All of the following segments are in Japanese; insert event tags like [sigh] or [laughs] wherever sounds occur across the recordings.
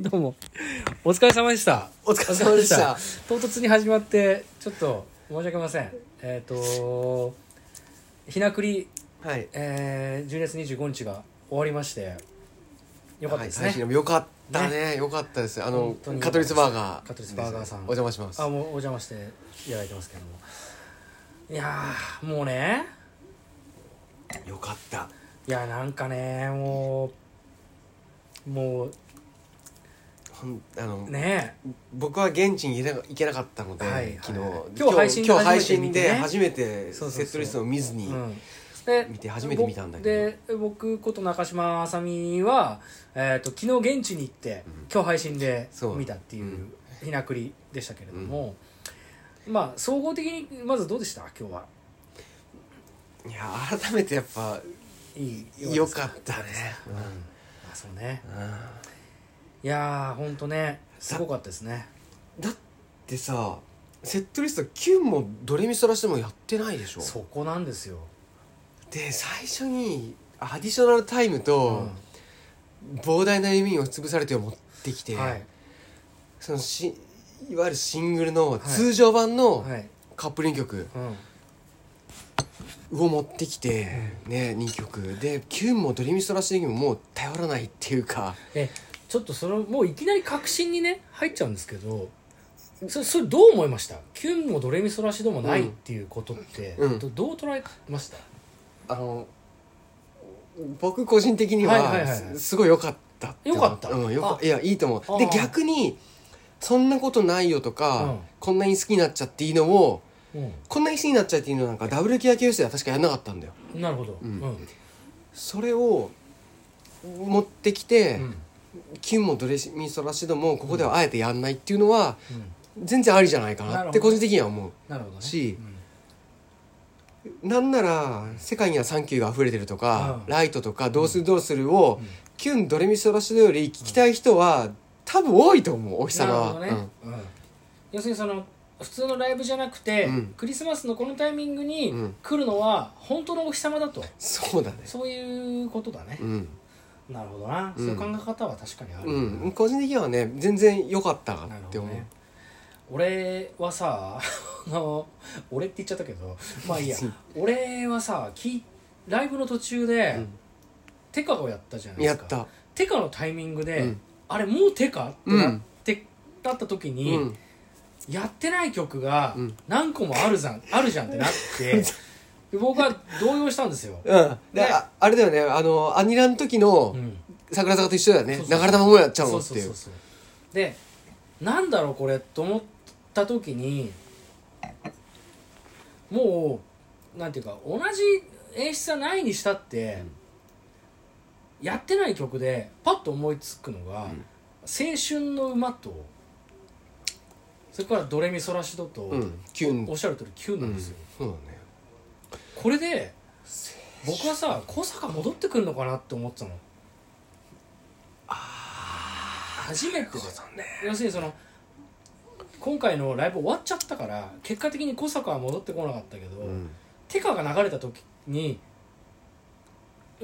どうもお疲れ様でしたお疲れ様でしたお疲れ様唐突に始まってちょっと申し訳ませんえっ、とひなくり、はい。えー、10月25日が終わりましてよかったですね、はい最新のよかったね。よかったです。あの本当にカトリスバーガー。カトリスバーガーさんお邪魔します。あもうお邪魔していただいてますけどもいやーもうねよかった。いやなんかねもうもほんあのうね僕は現地に行けな行けなかったのではいはい昨日今日配信で今日配初めて信見てでね初めてセそうそうそうットリストを見ずにうん、で見て初めて見たんだけどで僕こと中島あさみは、えー、と昨日現地に行って、今日配信でそう見たっていううんひなくりでしたけれども、まあ総合的にまずどうでした今日はいや改めてやっぱいいよかったね。あそうねうんうんいやーほんとねすごかったですねだってさセットリスト9もドレミソラシドもやってないでしょそこなんですよ、で最初にアディショナルタイムとう膨大な弓を押しつぶされてを持ってきて、ん、はいそのしいわゆるシングルのい通常版のはい、カップリング曲うん、を持ってきて、ね2曲でキュンもドリーミストラシーにももう頼らないっていうかえちょっとそのもういきなり確信にね入っちゃうんですけどそそれどう思いましたキュンもドレミソラシドもないっていうことって、うんどどう捉えました、あの僕個人的には,、はいはいはいはいすすごい良かったて思良かったうん、よかあいやいいと思うでああ逆にそんなことないよとか、うんこんなに好きになっちゃっていいのをうこんなに好きになっちゃっていいのなんかダブルキア教室では確かやんなかったんだよん、なるほど、ううんんそれを持ってきて、うんキュンもドレミソラシドもここではあえてやんないっていうのはうん全然ありじゃないかななるっほてど個人的には思なるほどねしうんうなんなら世界にはサンキューが溢れてるとか、うんライトとかどうするどうするを、うんキュンドレミソラシドより聞きたい人は多分多いと思うお日様は、なるほどね、うん要するにその普通のライブじゃなくて、うんクリスマスのこのタイミングにうん来るのは本当のお日様だと、そうだねそういうことだねう、ん、なるほどな、うんそういう考え方は確かにある、うん、個人的にはね全然良かったなって思う、俺はさ [laughs] あの俺って言っちゃったけどまあいいや俺はさきライブの途中で、うんテカをやったじゃないでやすっかたテカのタイミングで、うんあれもうテカってなって、なった時うに、んやってない曲がうん何個もあるじゃん、あるじゃんってなって [laughs] で僕は動揺したんですよ、うん、でねああれだよねあのアニラの時の、うん、桜坂と一緒だよねそうそうそう流れ玉もやっちゃうのってそういそううそうそうでなんだろうこれと思った時にもうなんていうか同じ演出はないにしたって、やってない曲でパッと思いつくのが「青春の馬」とそれから「ドレミソラシド」と、うんキュンおっしゃる通り9なんですよ、そうだねこれで僕はさ小坂戻ってくるのかなって思ってたの初めてだ要するにその今回のライブ終わっちゃったから結果的に小坂は戻ってこなかったけど、うんテカが流れた時に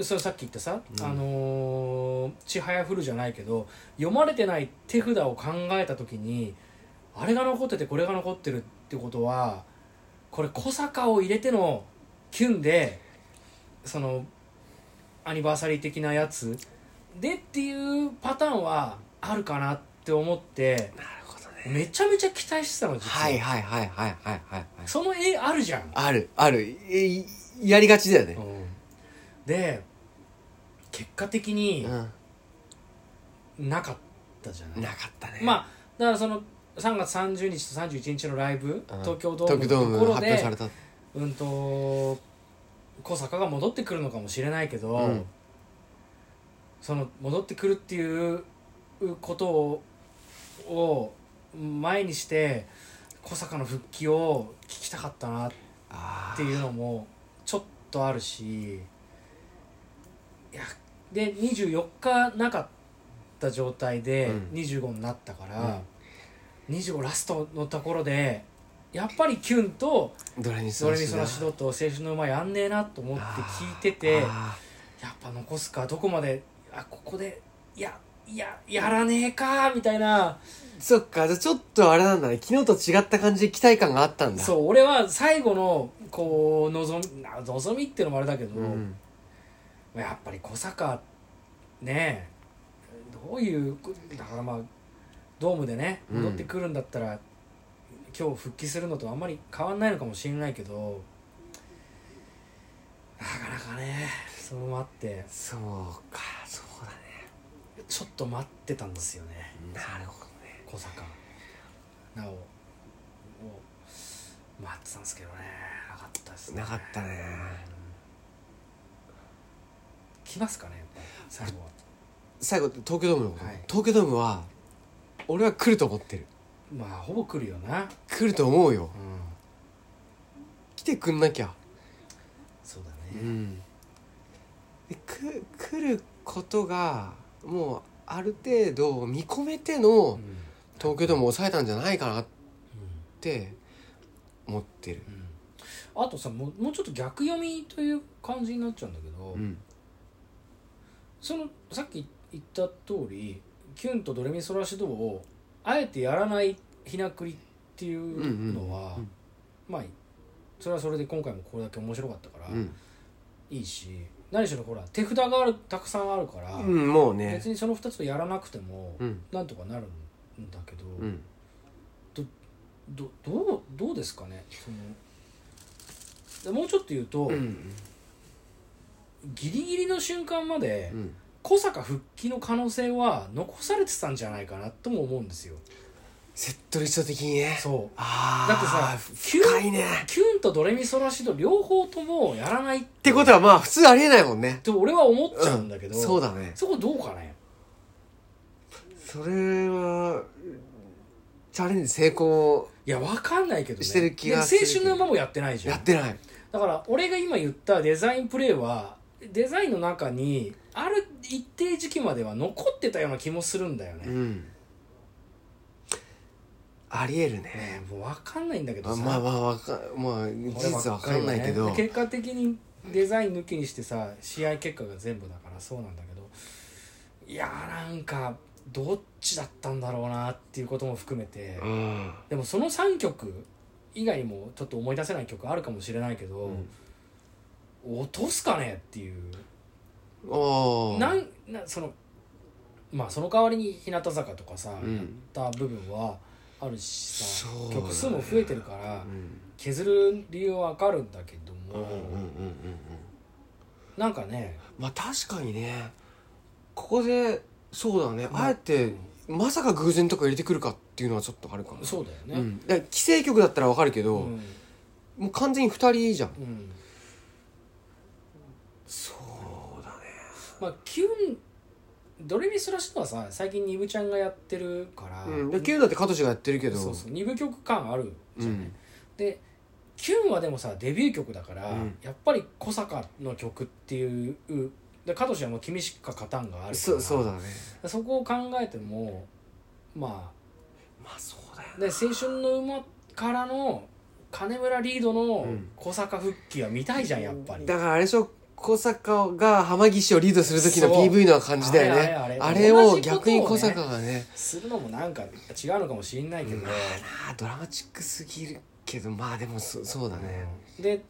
それさっき言ったさ、うんあのー「ちはやふる」じゃないけど読まれてない手札を考えた時にあれが残っててこれが残ってるってことはこれ小坂を入れてのキュンでそのアニバーサリー的なやつでっていうパターンはあるかなって思ってなるほどねめちゃめちゃ期待してたの実は、はいはいはいはいはいはいはいその絵あるじゃんあるあるいやりがちだよねで結果的にうなかったじゃない、んなかったねまあだからその3月30日と31日のライブ、うん東京ドーム東京ドームのところ発表されでたうんと小坂が戻ってくるのかもしれないけど、うんその戻ってくるっていうことをを前にして小坂の復帰を聞きたかったなってあっていうのもちょっとあるしいやで24日なかった状態でうん25になったから、25ラストのところでやっぱりキュンとードレミ「ソドラレシミドソラシド」と「青春の馬」やんねえなと思って聞いててやっあぱ残すかどこまであここでいやいややらねえかみたいなそっかじゃあちょっとあれなんだね昨日と違った感じで期待感があったんだそう俺は最後のこう望みな望みっていうのもあれだけど、ん、やっぱり小坂ねえどういうだからまあドームでねうん戻ってくるんだったら、今日復帰するのとあんまり変わんないのかもしれないけどなかなかねそのままあってそうかそうだねちょっと待ってたんですよねなるほどね小坂なおを待ってたんですけどねなかったですねなかったね来ますかねやっぱり最後は最後東京ドームのこと、はい東京ドームは俺は来ると思ってるまあほぼ来るよな来ると思うようん来てくんなきゃそうだうねんでく来ることがもうある程度見込めてうのん東京ドームを抑えたんじゃないかなって思ってる、あとさもうもうちょっと逆読みという感じになっちゃうんだけど、うんそのさっき言った通りキュンとドレミソラシドをあえてやらないひなくりっていうのは、うんうんまあそれはそれで今回もこれだけ面白かったから、うんいいし何しろほら手札があるたくさんあるから、うん、もうね別にその2つをやらなくても、うんなんとかなるんだけど、うんどどうどうですかねそのでもうちょっと言うと、うんギリギリの瞬間までうん小坂復帰の可能性は残されてたんじゃないかなとも思うんですよセットリスト的にねそうあだってさあ深いねっキュンとドレミソラシド両方ともやらないってことはまあ普通ありえないもんねて俺は思っちゃうんだけど、そうだねそこどうかねそれはチャレンジ成功いやわかんないけどねしてる気がするで青春の馬もやってないじゃやっんてないだから俺が今言ったデザインプレーはデザインの中にある一定時期までは残ってたような気もするんだよね、うんありえるねねえもうわかんないんだけどまあさ、まあまあわかまこれあ事ばっかり実ははわかんないけど、ね結果的にデザイン抜きにしてさ試合結果が全部だからそうなんだけどいやーなんかどっちだったんだろうなっていうことも含めて、うんでもその3曲以外にもちょっと思い出せない曲あるかもしれないけど、落とすかねっていう、おおなんなそのまあその代わりに日向坂とかさ、うんやった部分はあるしさ、そうだね曲数も増えてるから、うん削る理由はわかるんだけどうんうも、んうんうんうんなんかねまあ確かにねここでそうだねうんあえてまさか偶然とか入れてくるかっていうのはちょっとあるかもそうだよね、うん、だから既成曲だったらわかるけど、うんもう完全に2人じゃんうんそうだねまあキュンドレミソラシドはさ最近ニブちゃんがやってるから、うん、でキュンだって彼女がやってるけどそうそう二部曲感あるじゃん、うんでキュンはでもさデビュー曲だから、うんやっぱり小坂の曲っていうで加藤氏はもう君しか勝たんがあるからそそうだねそこを考えてもままあそうだよあで青春の馬からの金村リードの小坂復帰は見たいじゃんやっぱりだからあれでしょ小坂が浜岸をリードする時のそう PV の感じだよねあれあれあれを同じことをね逆に小坂がねするのもなんか違うのかもしれないけど、ああドラマチックすぎるけどまあでもそそうだねで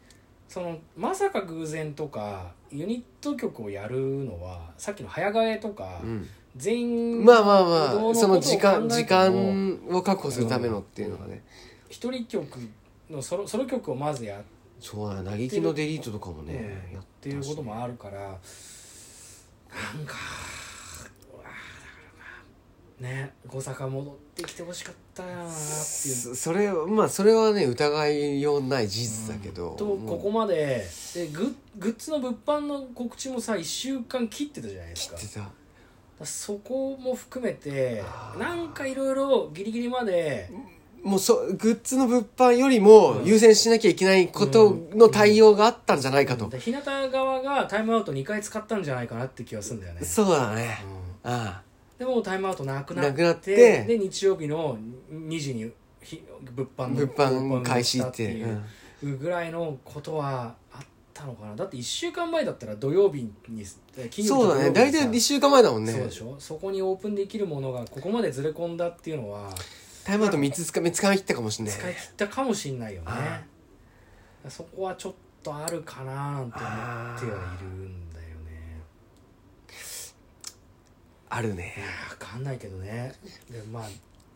そのまさか偶然とかユニット曲をやるのはさっきの早替えとか、うん、全員まあまあまどうのこあとその時間を考え時ても間を確保するためのっていうのがね、一人曲のソロソロ曲をまずやっそうだね嘆きのデリートとかもね、うんやってたいうこともあるからなんかうわーだからなね小坂戻ってきてほしかったよなっていうそそれまあそれはね疑いようない事実だけど、ともうここまででグッグッズの物販の告知もさ1週間切ってたじゃないですか切ってたそこも含めてあーなんかいろいろギリギリまでもうそグッズの物販よりも優先しなきゃいけないことの対応があったんじゃないかと、で日向側がタイムアウト2回使ったんじゃないかなって気がするんだよね、そうだねうんあでもうタイムアウトなくなってなくなってで日曜日の2時にひ物あ販の物販開始っ物販がてしたっていうぐらいのことはあったたのかなだって1週間前だったら土曜日にえ金曜日そうだね大体1一週間前だもんねそうでしょそこにオープンできるものがここまでずれ込んだっていうのはタイムアウト3つつかめつかみ切ったかもしんない使い切ったかもしんないよねあそこはちょっとあるかななんて思ってはいるんだよねあるいねやーわかんないけどねでまあ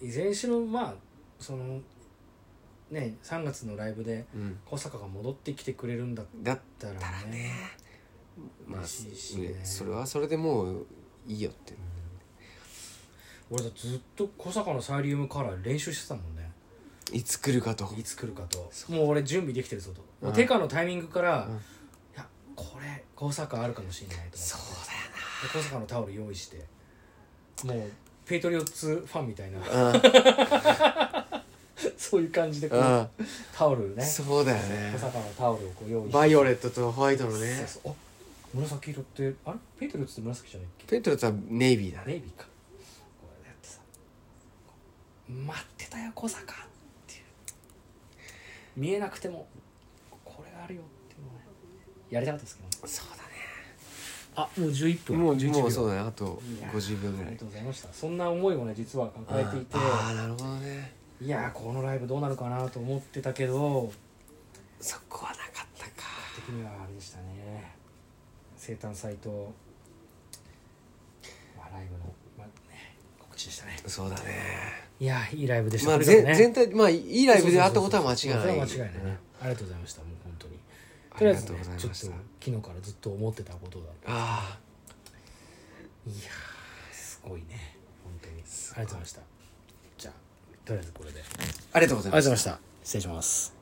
いずれにしろまあそのね3月のライブでうん小坂が戻ってきてくれるんだっだったらねたらねまあ嬉しいしねねそれはそれでもういいよって俺だってずっと小坂のサイリウムカラー練習してたもんねいつ来るかといつ来るかともう俺準備できてるぞと、うんテカのタイミングから、うんいやこれ小坂あるかもしれないと思ってそうで小坂のタオル用意してもうペイトリオッツファンみたいなだ [laughs] そういう感じでこううんうんタオルねそうだよね小坂のタオルをこう用意してバイオレットとホワイトのねそうそうあ紫色ってあれペイトリオッツって紫じゃないっけペトルとはネイビーだねネイビーかこれやってさ待ってたよ小坂っていう見えなくてもこれがあるよっていうのをねやりたかったですけどねそうだねあもう11分もう11秒もうそうだねあといやー50秒ぐあらりいがとうございましたそんな思いをね実は抱えていてああなるほどねいやーこのライブどうなるかなと思ってたけどそこはなかったか的にはあれでしたね生誕祭と、まあ、ライブの、まあね、告知でしたねそうだねいやーいいライブでしたまあ、とにぜかくね全体まあいいライブであったことは間違いないそうそうそうそれは間違いないねありがとうございましたもう本当にあとりありえがずとうねございまちょっとした昨日からずっと思ってたことだあいやーすごいね本当にありがとうございましたじゃあとりあえずこれでありあありがとうございましたした失礼します